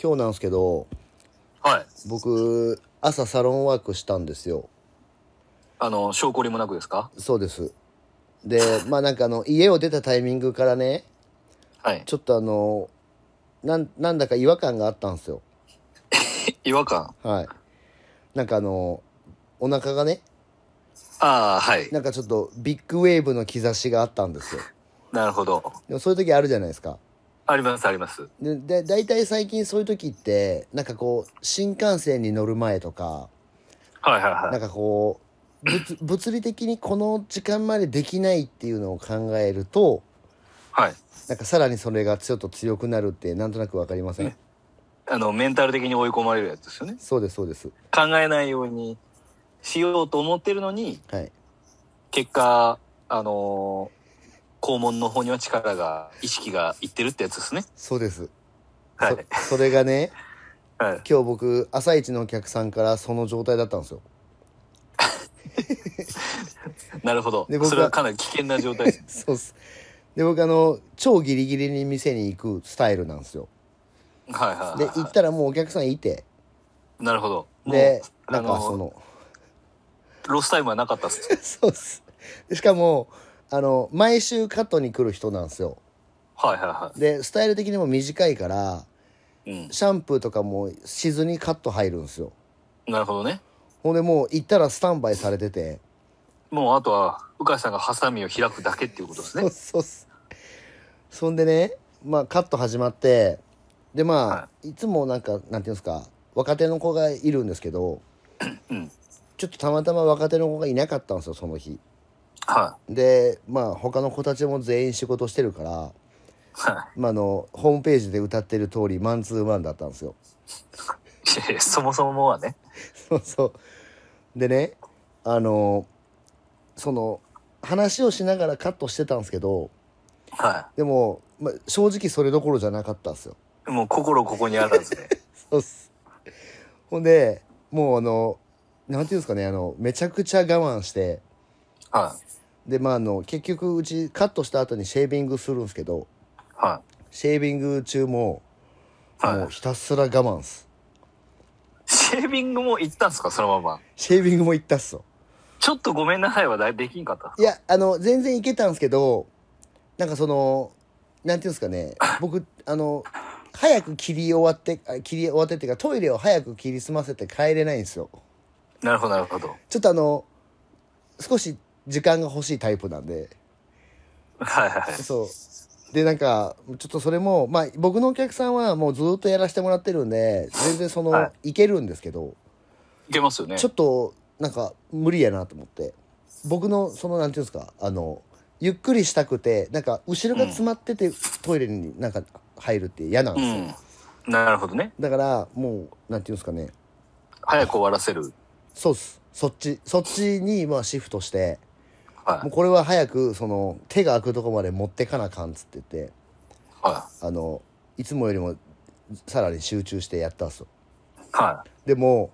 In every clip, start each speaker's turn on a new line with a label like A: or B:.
A: 今日なんですけど
B: はい。
A: 僕朝サロンワークしたんですよ
B: あの、証拠りもなくですか
A: そうですでまあなんかあの家を出たタイミングからね
B: はい。
A: ちょっとあのなんなんだか違和感があったんですよ
B: 違和感
A: はいなんかあのお腹がね
B: ああ、はい。
A: なんかちょっとビッグウェーブの兆しがあったんですよ
B: なるほど。
A: でもそういう時あるじゃないですか
B: あります、あります。
A: でで大体最近そういう時ってなんかこう新幹線に乗る前とか
B: はいはいは
A: なん
B: い。
A: かこう物物理的にこの時間までできないっていうのを考えると
B: はい。
A: なんかさらにそれがちょっと強くなるってなんとなくわかりません
B: ねあの、メンタル的に追い込まれるやつですよね。
A: そうですそうです
B: 考えないようにしようと思ってるのに、
A: はい
B: 結果、あのー肛門の方には力が、意識がいってるってやつですね。
A: そうです、
B: はい。
A: そそれがね
B: はい。
A: 今日僕朝一のお客さんからその状態だったんですよ
B: なるほど
A: で僕。が
B: それはかなり危険な状態 です。
A: そうっすで僕あの超ギリギリに店に行くスタイルなんですよ
B: はいはいはい。
A: で行ったらもうお客さんいて
B: なるほど。も
A: で
B: う、
A: な
B: あ
A: んかそ
B: の、
A: の
B: ロスタイムはなかったっす。
A: そうっす。しかも、あの、毎週カットに来る人なんですよ。
B: はいはいは
A: で、スタイル的にも短いから、
B: い。うん。
A: シャンプーとかもしずにカット入るんですよ。
B: なるほどね。
A: ほんでもう行ったらスタンバイされてて。
B: もうあとは、うかしさんがハサミを開くだけっていうことです
A: そう
B: ね。
A: そうっす。そんでね、まあカット始まって、でまあ、、
B: はい
A: つもなんか、なんていうんですか、若手の子がいるんですけど、
B: うん
A: ちょっとたまたま若手の子がいなかったんですよ、その日。
B: は
A: で、まあ他の子たちも全員仕事してるから、
B: い。は
A: まあ、あのホームページで歌ってる通りマンツーマンだったんですよ。
B: いいやいや。そもそもはね。
A: そうそうでねあのその話をしながらカットしてたんですけど
B: は
A: でも、まあ、正直それどころじゃなかったんですよ。
B: い。もう心ここにあらずで。
A: そうっすほんでもうあのなんていうんですかねあのめちゃくちゃ我慢して
B: は
A: でまああの結局うちカットした後にシェービングするんですけど
B: い。は
A: シェービング中も
B: い。
A: も
B: は
A: うひたすら我慢っす。
B: い。シェービングも行ったんすかそのまま。
A: シェービングもいったっすよ。
B: ちょっとごめんなさいはだいできんかったんす
A: いや、あの、全然いけたんですけど、なんかその、なんていうんですかね、僕、あの、早く切り終わって、あ切り終わってっていうか、トイレを早く切り済ませて帰れないんですよ。
B: なるほど、なるほど。
A: ちょっとあの、少し時間が欲しいタイプなんで、
B: はいはいはい。
A: そう。で、なんか、ちょっとそれも、まあ、僕のお客さんはもうずっとやらせてもらってるんで、全然その、、
B: はい
A: けるんですけど、
B: いけますよね。
A: ちょっと、なんか、無理やなと思って。僕の、その、なんていうんですか、あの、ゆっくりしたくて、なんか、後ろが詰まってて、トイレになんか入るって嫌なん
B: う
A: ですよ。
B: ん。なるほどね。
A: だから、もう、なんていうんですかね、
B: 早く終わらせる。
A: そうっす。そっち、そっちに、まあ、シフトして、
B: は
A: もう
B: い。
A: これは早く、その、手が開くとこまで持ってかなあかんっつってて、
B: は
A: あの、いつもよりも、さらに集中してやったんですよ。
B: い。はい。
A: でも、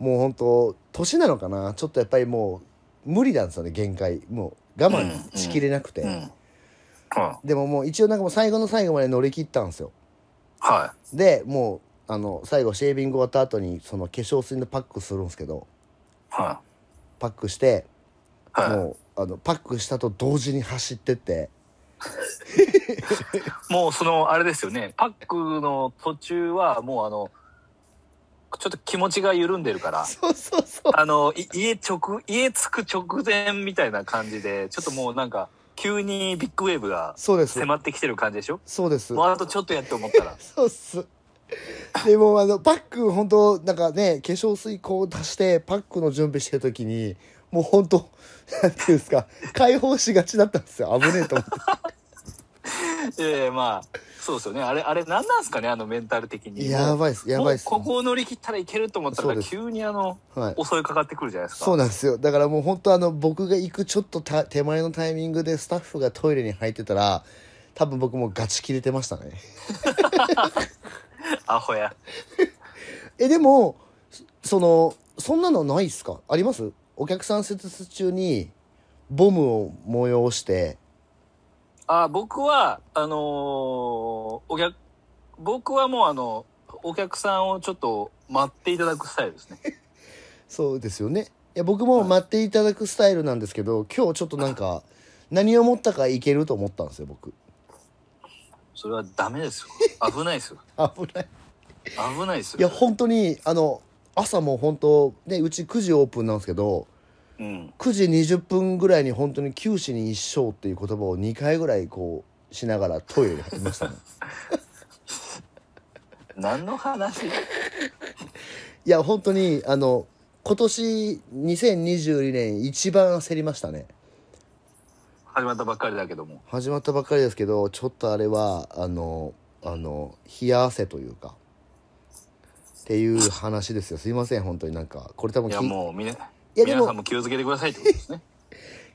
A: もう本当年なのかなちょっとやっぱりもう、無理なんですよね、限界。もう、我慢しきれなくて。
B: うん。うん。
A: でももう一応なんかもう最後の最後まで乗り切ったんですよ。
B: は
A: で、もう、あの、最後シェービング終わった後に、その化粧水のパックするんですけど、
B: い。は
A: パックして、
B: い。は
A: もう、あの、パックしたと同時に走ってって、
B: い。もうその、あれですよね。パックの途中は、もうあの、ちょっと気持ちが緩んでるから。
A: そうそうそう。
B: あの、い家直、家着く直前みたいな感じで、ちょっともうなんか、急にビッグウェーブが
A: そうです。
B: 迫ってきてる感じでしょ
A: そうです。
B: もうあとちょっとやって 思ったら。
A: そうっす。でもあの、パック、本当なんかね、化粧水こう足して、パックの準備してる時に、もう本当なんていうんですか、解放しがちだったんですよ。危ねえと思って。
B: ええまあ、そうですよね。あれ、あれ何なんすかねあのメンタル的 に。
A: や
B: も
A: ばいっす、
B: う
A: やばいっす。
B: もうここを乗り切ったらいけると思った
A: そう
B: ら、
A: です
B: 急にあの、
A: はい。
B: 襲いかかってくるじゃないですか。
A: そうなんですよだからもう本当あの僕が行くちょっとた手前のタイミングでスタッフがトイレに入ってたら多分僕もうガチ切れてましたね
B: アホや。
A: えでもそそのそんなのないっすかありますお客さん施術中にボムを催して
B: あ僕は、あのーお客、僕はもうあの、お客さんをちょっと待っていただくスタイルですね。
A: そうですよねいや僕も待っていただくスタイルなんですけど今日ちょっとなんか何を持ったかいけると思ったんですよ僕
B: それはダメですよ。危ないですよ。
A: 危ない
B: 危ないですよ。
A: いや本当にあの朝も本当ねうち9時オープンなんですけど
B: うん。
A: 9時20分ぐらいに本当に「九死に一生」っていう言葉を2回ぐらいこうしながらトイレに入りました ね
B: 何の話
A: いや本当にあの今年2022年一番焦りましたね
B: 始まったばっかりだけども。
A: 始まったばっかりですけどちょっとあれはあのあの冷や汗というかっていう話ですよすいません本当になんかこれ多分
B: い
A: き
B: やもうみな、
A: やでも
B: 皆さんも気をつけてくださいってことですね。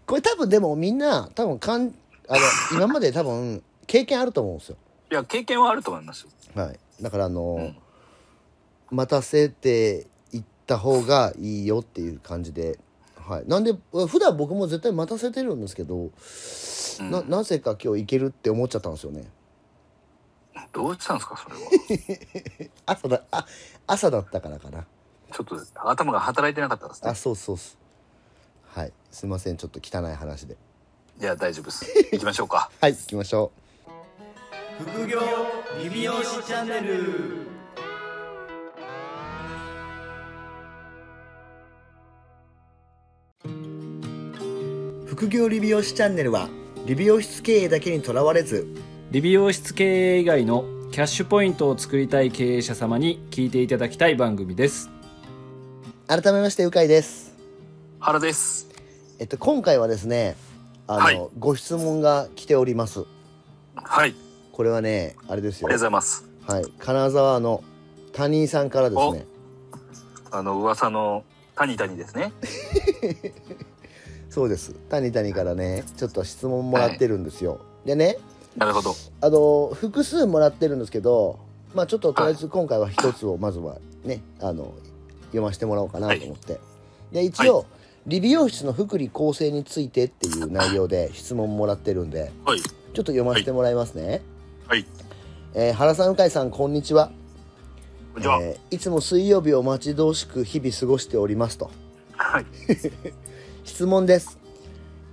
A: これ多分でもみんな多分かんあの今まで多分経験あると思うんですよ
B: いや、経験はあると思いますよ。
A: はいだからあの、
B: うん
A: 待たせていった方がいいよっていう感じで、はい、なんで普段僕も絶対待たせてるんですけど、
B: うん
A: ななぜか今日行けるって思っちゃったんですよね
B: どうしたんですか、それは。
A: 朝だあ朝だったからかな
B: ちょっと頭が働いてなかったですね
A: あ。そうそうっすはいすいませんちょっと汚い話で
B: いや、大丈夫です。行きましょうか。
A: はい行きましょう
C: 副業リビオシチャンネル副業理美容師チャンネルは理美容室経営だけにとらわれず
D: 理美容室経営以外のキャッシュポイントを作りたい経営者様に聞いていただきたい番組です
A: 改めましてうかいです
B: 原です。
A: えっと今回はですねあの、
B: はい
A: ご質問が来ております
B: はい。あり
A: これはねあれですよ
B: がとうございます。
A: はい金沢の谷井さんからですね
B: あの、噂の谷谷ですね。
A: そうです谷谷からねちょっと質問もらってるんですよ、でね
B: なるほど。
A: あの複数もらってるんですけどまあちょっととりあえず今回は一つをまずはねあの読ませてもらおうかなと思って、で一応、理美容室の福利厚生についてっていう内容で質問もらってるんで
B: はい。
A: ちょっと読ませてもらいますね、
B: はい。
A: えー原さんうかいさんこんにちは
B: こんにちは。
A: えーいつも水曜日を待ち遠しく日々過ごしておりますと
B: はい。
A: 質問です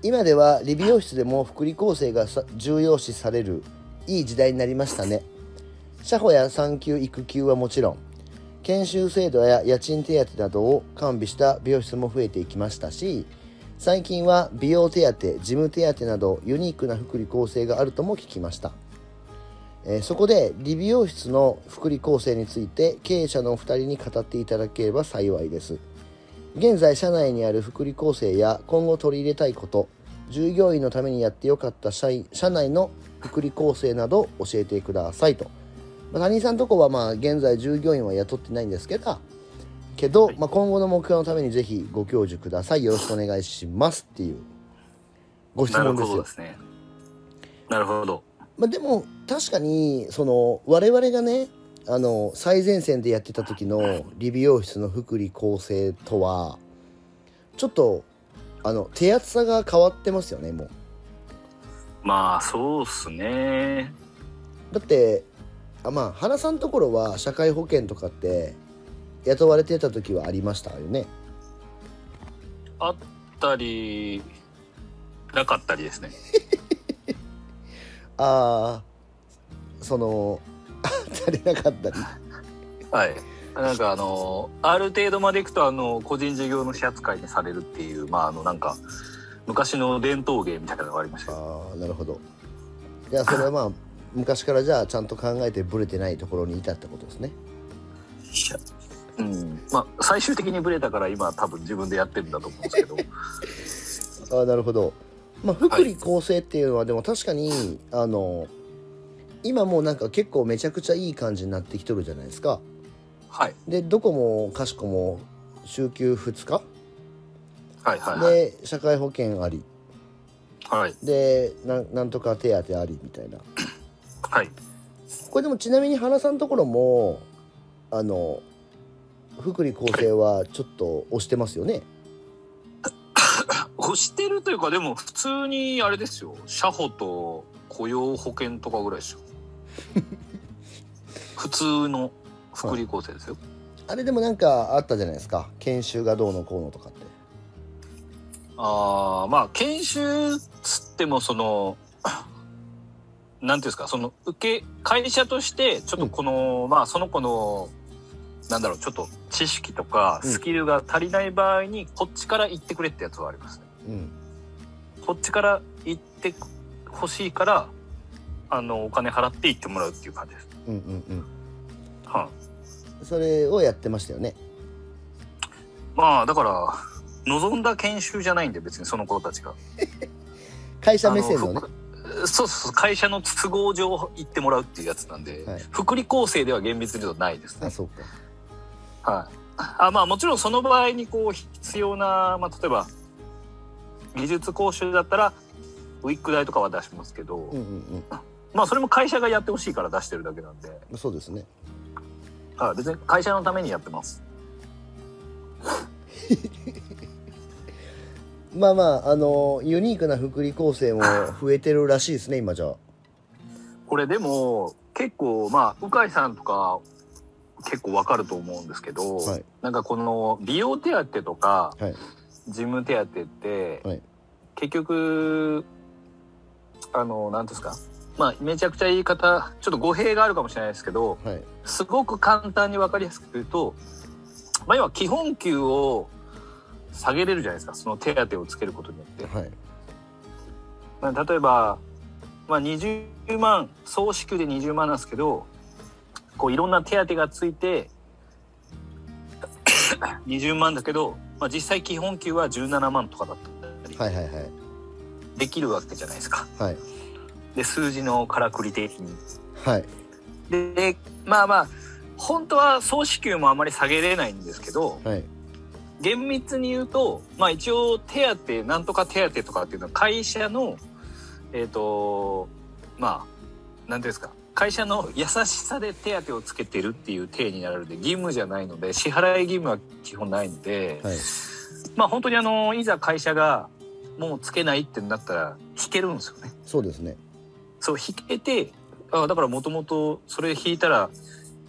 A: 今では理美容室でも福利厚生がさ重要視されるいい時代になりましたね社保や産休育休はもちろん研修制度や家賃手当などを完備した美容室も増えていきましたし最近は美容手当事務手当などユニークな福利厚生があるとも聞きました、えーそこで理美容室の福利厚生について経営者のお二人に語っていただければ幸いです現在社内にある福利厚生や今後取り入れたいこと従業員のためにやってよかった社員社内の福利厚生など教えてくださいと、まあ、谷井さんとこはまあ現在従業員は雇ってないんですけどけど、まあ、今後の目標のためにぜひご教授くださいよろしくお願いしますっていうご質
B: なる
A: 問です
B: ほど
A: よ
B: ですね。なるほど。
A: まあ、でも確かにその我々がねあの最前線でやってた時の理美容室の福利厚生とはちょっとあの手厚さが変わってますよねもう
B: まあ、そうっすね。
A: だってあまあ原さんのところは社会保険とかって雇われてた時はありましたよね
B: あったり、なかったりですね。
A: ああその 足りなかったり
B: はい。なんかあの、ある程度まで行くと、あの、個人事業主扱いにされるっていう、まあ、あの、なんか、昔の伝統芸みたいなのがありましたよ
A: ああなるほどじゃあそれはまあ昔からじゃあちゃんと考えてブレてないところにいたってことですね
B: うん。まあ、最終的にブレたから、今、多分自分でやってるんだと思うんです けど。
A: あなるほど、まあ、福利厚生っていうのはでも確かに、あの今もうなんか結構めちゃくちゃいい感じになってきとるじゃないですか
B: はい。
A: でどこもかしこも週休2日
B: はいはいはい。
A: で社会保険あり
B: はい。
A: でなんなんとか手当ありみたいな
B: はい。
A: これでもちなみに原さんのところもあの福利厚生はちょっと押してますよね
B: 押してるというか、でも普通にあれですよ。社保と 雇用保険とかぐらいですよ。普通の、福利厚生ですよ、
A: あれでもなんかあったじゃないですか研修がどうのこうのとかって
B: ああまあ研修つってもそのなんていうんですかその受け会社としてちょっとこの、まあその子のなんだろうちょっと知識とか
A: うん
B: スキルが足りない場合にこっちから行ってくれってやつはありますね。
A: うん
B: こっちから行ってほしいからあのお金払って行ってもらうっていう感じです。
A: うんうん
B: はい、
A: うんそれをやってましたよね
B: まあだから望んだ研修じゃないんで別にその子たちが。
A: 会社目線のね
B: あのふそうそうそう会社の都合上行ってもらうっていうやつなんで、
A: はい
B: 福利厚生では厳密に言うとないです
A: あ
B: ね。
A: そうか
B: はい、あまあもちろんその場合にこう必要な、まあ、例えば技術講習だったらウィッグ代とかは出しますけど、
A: うんうん
B: まあそれも会社がやってほしいから出してるだけなんで、
A: うんそうですね
B: はい、別に会社のためにやってます。
A: まあまああのユニークな福利厚生も増えてるらしいですね今じゃあ
B: これでも結構まあ鵜飼さんとか結構わかると思うんですけど、
A: はい
B: なんかこの美容手当とか、
A: はい
B: 事務手当って、
A: はい
B: 結局あの何ですかまあめちゃくちゃ言い方ちょっと語弊があるかもしれないですけど
A: はい
B: すごく簡単に分かりやすく言うと、まあ、要は基本給を下げれるじゃないですかその手当をつけることによって。
A: はい
B: まあ、例えば、まあ、20万総支給で20万なんですけどこういろんな手当がついて 20万だけど、まあ、実際基本給は17万とかだったり
A: はいはいはい
B: できるわけじゃないですか。
A: はい
B: で数字のからくり的に。
A: はい
B: でまあまあ本当は総支給もあまり下げれないんですけど
A: はい
B: 厳密に言うと、まあ、一応手当なんとか手当とかっていうのは会社のえっ、とまあなんていうんですか会社の優しさで手当をつけてるっていう体になるので義務じゃないので支払い義務は基本ないので、
A: はい
B: まあ本当にあのいざ会社がもうつけないってなったら引けるんですよね。
A: そうですね
B: そう引けてあだからもともとそれ引いたら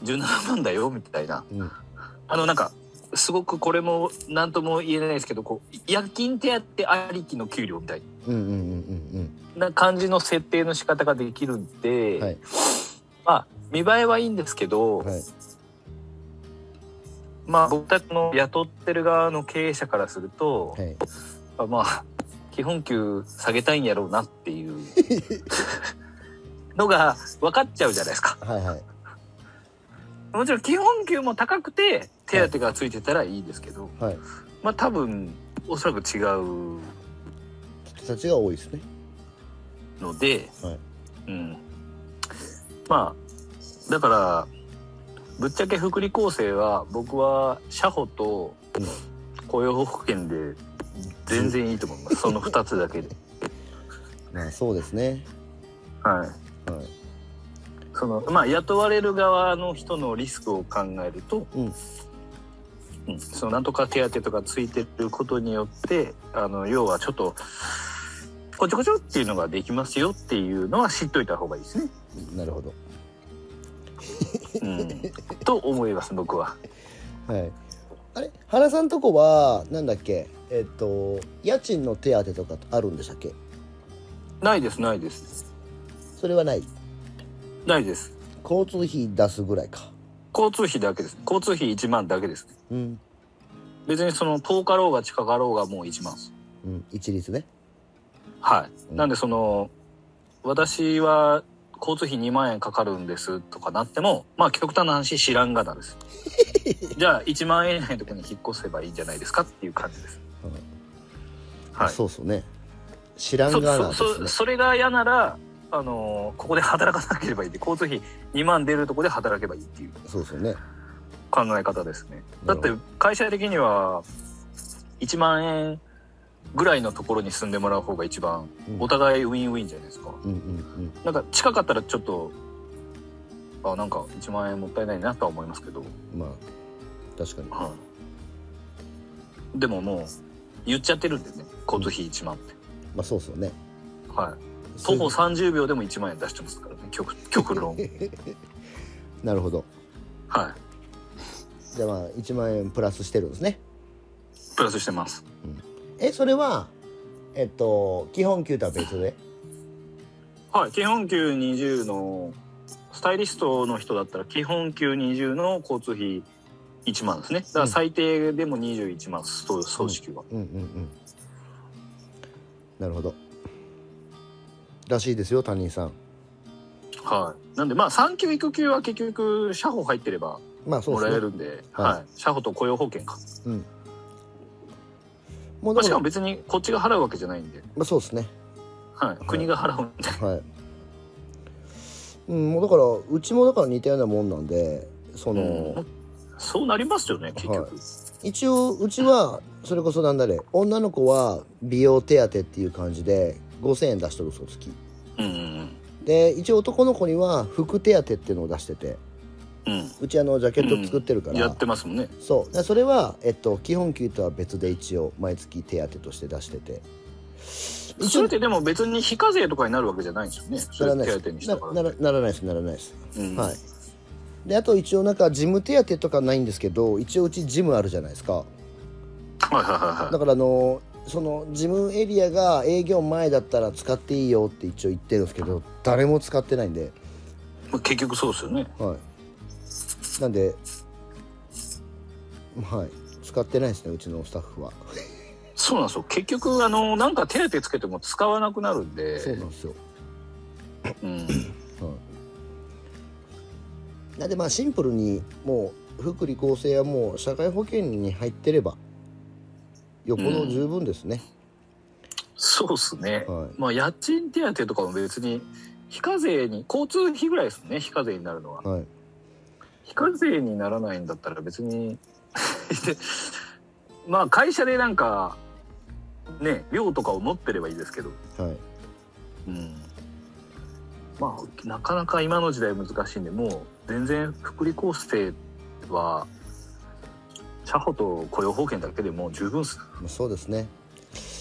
B: 17万だよみたいな
A: うん
B: あのなんかすごくこれも何とも言えないですけどこう夜勤手当ありきの給料みたい
A: うんうんうん
B: な感じの設定の仕方ができるんで、
A: はい
B: まあ見栄えはいいんですけ
A: う
B: ど、
A: んうんはい
B: まあ僕たちの雇ってる側の経営者からすると、
A: はい
B: まあ基本給下げたいんやろうなっていう のが分かっちゃうじゃないですか。
A: はいはい
B: もちろん基本給も高くて手当がついてたらいいですけど、
A: はい
B: まあ多分おそらく違う
A: 人たちが多いですね
B: ので、
A: はい
B: うん、まあだからぶっちゃけ福利厚生は僕は社保と
A: うん
B: 雇用保険で全然いいと思います、 その2つだけで。
A: まあそうですね
B: はい
A: はい
B: そのまあ雇われる側の人のリスクを考えると、
A: うん
B: うんそのなんとか手当とかついてることによってあの要はちょっとこちょこちょっていうのができますよっていうのは知っといた方がいいですね。
A: なるほど
B: うん、と思います僕は。
A: はい。あれ原さんとこはなんだっけえっと家賃の手当とかあるんでしたっけ
B: ないですないです
A: それはない
B: ないです。
A: 交通費出すぐらいか
B: 交通費だけです。交通費1万だけです。
A: うん
B: 別にその遠かろうが近かろうがもう1万です。
A: うん一律ね
B: はい。
A: うん
B: なんでその、私は交通費2万円かかるんですとかなっても、まあ極端な話知らんが なです。じゃあ1万円以内のとこに引っ越せばいいんじゃないですかっていう感じです。
A: うん
B: はい。
A: そうそうね知らん
B: そ
A: がな
B: そ
A: で
B: そ
A: すね
B: それが嫌なら、あのここで働かなければいいで交通費2万出るとこで働けばいいっていう
A: そうそうね
B: 考え方ですね
A: な
B: だっ
A: るほ
B: て
A: ど
B: 会社的には1万円ぐらいのところに住んでもらう方が一番
A: うん
B: お互いウィンウィンじゃないですか、
A: うんうん
B: なんか近かったらちょっとあなんか1万円もったいないなとは思いますけど、
A: うんまあ確かに
B: はいでももう言っちゃってるんでね交通費1万って、
A: まあそうそうね
B: はい、徒歩30秒でも1万円出してますからね極極論
A: なるほど
B: はい
A: じゃあまあ1万円プラスしてるんですね
B: プラスしてます
A: えそれはえっと基本給とは別で
B: はい基本給20のスタイリストの人だったら基本給20の交通費1万ですねだから最低でも21万です総総支給は、
A: うんうんうんなるほどらしいですよ他人さん
B: はいなんでまあ産休育休は結局社保入ってれば
A: まあそう
B: もら
A: で
B: え
A: すね
B: るんで
A: はい
B: はい、社保と雇用保険か、
A: もう
B: ま
A: だ
B: あ、
A: か
B: しからも別にこっちが払うわけじゃないんで、
A: まあそうですね
B: はい、国が払うんで、
A: はいうんもうだからうちもだから似たようなもんなんでその、
B: うんそうなりますよね結局、
A: はい一応うちはそれこそなんだれ女の子は美容手当っていう感じで5,000円出しとる嘘つき
B: うんうん
A: で一応男の子には服手当っていうのを出してて
B: うん
A: うちあのジャケット作ってるか
B: や
A: ら、
B: ってますもんね
A: そうでそれは、えっと、基本給とは別で一応毎月手当として出してて
B: それってでも別に非課税とかになるわけじゃないんですよねそ
A: なら
B: れ
A: ないで
B: 手当にし
A: す
B: た
A: な
B: から
A: ならならないですならないです、
B: うん
A: はいであと一応なんか事務手当とかないんですけど一応うちジムあるじゃないですか
B: はいはいはい
A: だ
B: は
A: からあのその事務エリアが営業前だったら使っていいよって一応言ってるんですけど誰も使ってないんで、
B: いまあ結局そうですよね
A: はい、なんではい使ってないですねうちのスタッフは、
B: そうなんですよ結局あのなんか手当てつけても使わなくなるんで
A: そうなんですよ、
B: うん
A: はい、なんでまあシンプルにもう福利厚生はもう社会保険に入ってればよっぽど十分ですね、
B: そうですね、
A: はい
B: まあ家賃手当とかも別に非課税に交通費ぐらいですね非課税になるのは
A: はい
B: 非課税にならないんだったら別に でまあ会社でなんかね寮とかを持ってればいいですけど、
A: はい
B: うん、まあなかなか今の時代難しいんでもう全然福利厚生は社保と雇用保険だけでもう十分っす、
A: まあそうですね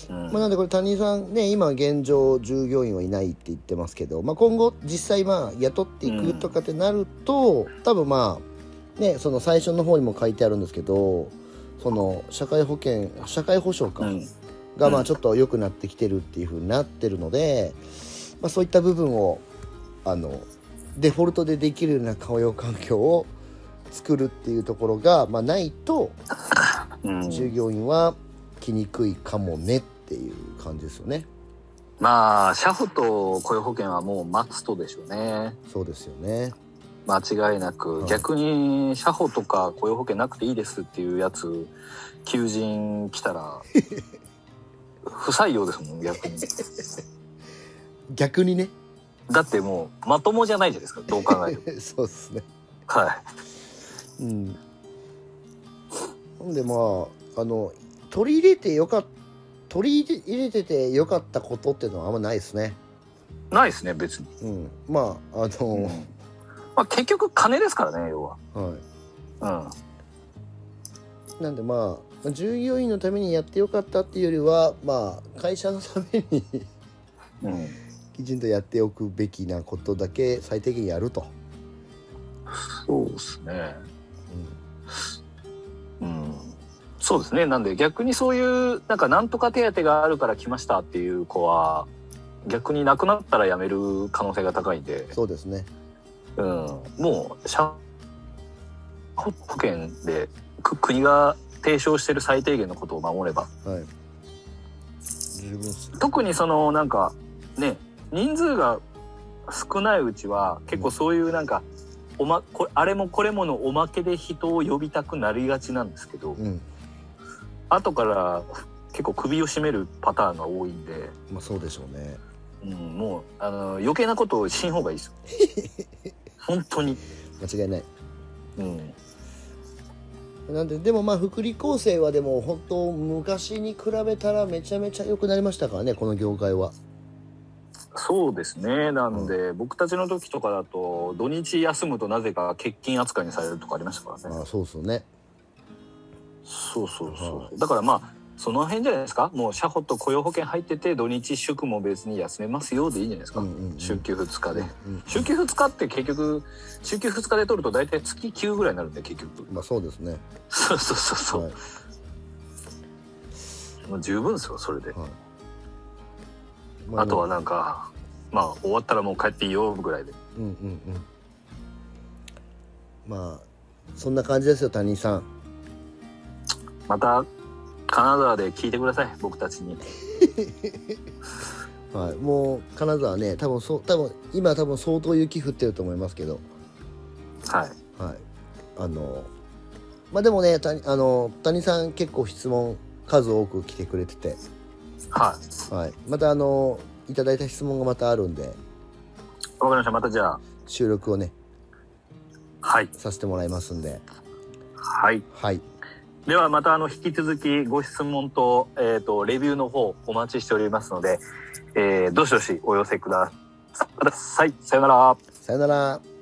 B: うん
A: まあ、なんでこれ谷井さんね今現状従業員はいないって言ってますけど、まあ、今後実際まあ雇っていくとかってなると、多分まあねその最初の方にも書いてあるんですけどその社会保険社会保障か、
B: うん
A: がま
B: う
A: あ
B: ん
A: ちょっと良くなってきてるっていう風になってるので、まあ、そういった部分をあのデフォルトでできるような雇用環境を作るっていうところが、まあ、ないと
B: うん
A: 従業員は来にくいかもねっていう感じですよね。
B: まあ社保と雇用保険はもう待つとでしょうね
A: そうですよね。
B: 間違いなく、
A: はい
B: 逆に社保とか雇用保険なくていいですっていうやつ求人来た ら不採用ですもん逆に
A: 逆にね。
B: だってもうまともじゃないじゃないですかどう考えても
A: そうですね。
B: は
A: うん。なんでまああの取り入れてよかっ取り入れててよかったことっていうのはあんまないですね。
B: いないですね別に、
A: うん。まああの、
B: まあ、結局金ですからね要は
A: は
B: うん
A: い。なんでまあ従業員のためにやってよかったっていうよりはまあ会社のために
B: うん、
A: きちんとやっておくべきなことだけ最適にやると。
B: そうですね
A: うん
B: うんそうですねなんで逆にそういうなんかなんとか手当があるから来ましたっていう子は逆になくなったら辞める可能性が高いんで、
A: そうですね。
B: うん、もう社保険でく国が提唱してる最低限のことを守れば
A: はい。十分っす。
B: 特にそのなんかね人数が少ないうちは結構そういうなんか、おま、これあれもこれものおまけで人を呼びたくなりがちなんですけど、
A: うん。
B: 後から結構首を絞めるパターンが多いんで、
A: まあそうでしょうね。
B: うん、もうあの余計なことをしん方がいいですよ本当に、
A: 間違いない。
B: うん、
A: なんででもまあ福利厚生はでも本当昔に比べたらめちゃめちゃ良くなりましたからねこの業界は
B: そうですねなんで、僕たちの時とかだと土日休むとなぜか欠勤扱いにされるとかありましたからね、
A: ああそうですよね
B: そうそうそう、
A: は
B: だからまあその辺じゃないですかもう社保と雇用保険入ってて土日祝も別に休めますよでいいんじゃないですか、
A: うんうんうん
B: 週休2日で
A: うん
B: 週休2日って結局週休2日で取ると大体月9ぐらいになるんで結局
A: まあそうですね
B: そうそうそうそう、
A: はい
B: もう十分ですよそれで、
A: はいま
B: あとはなんかまあ終わったらもう帰っていいよぐらいで
A: うんうんうんまあそんな感じですよ谷井さん
B: また金沢で聞いてください僕たちに
A: はい、もう金沢ね多分そう多分今多分相当雪降ってると思いますけど、
B: はい
A: はい、あのまあでもね谷あの谷さん結構質問数多く来てくれてて、
B: は
A: はい、またあのいただいた質問がまたあるんで
B: いわかりましたまたじゃあ
A: 収録をね
B: はい
A: させてもらいますんで
B: はい
A: はい
B: ではまたあの引き続きご質問と,、えー、とレビューの方お待ちしておりますので、えーどしどしお寄せください。さよなら。
A: さよなら。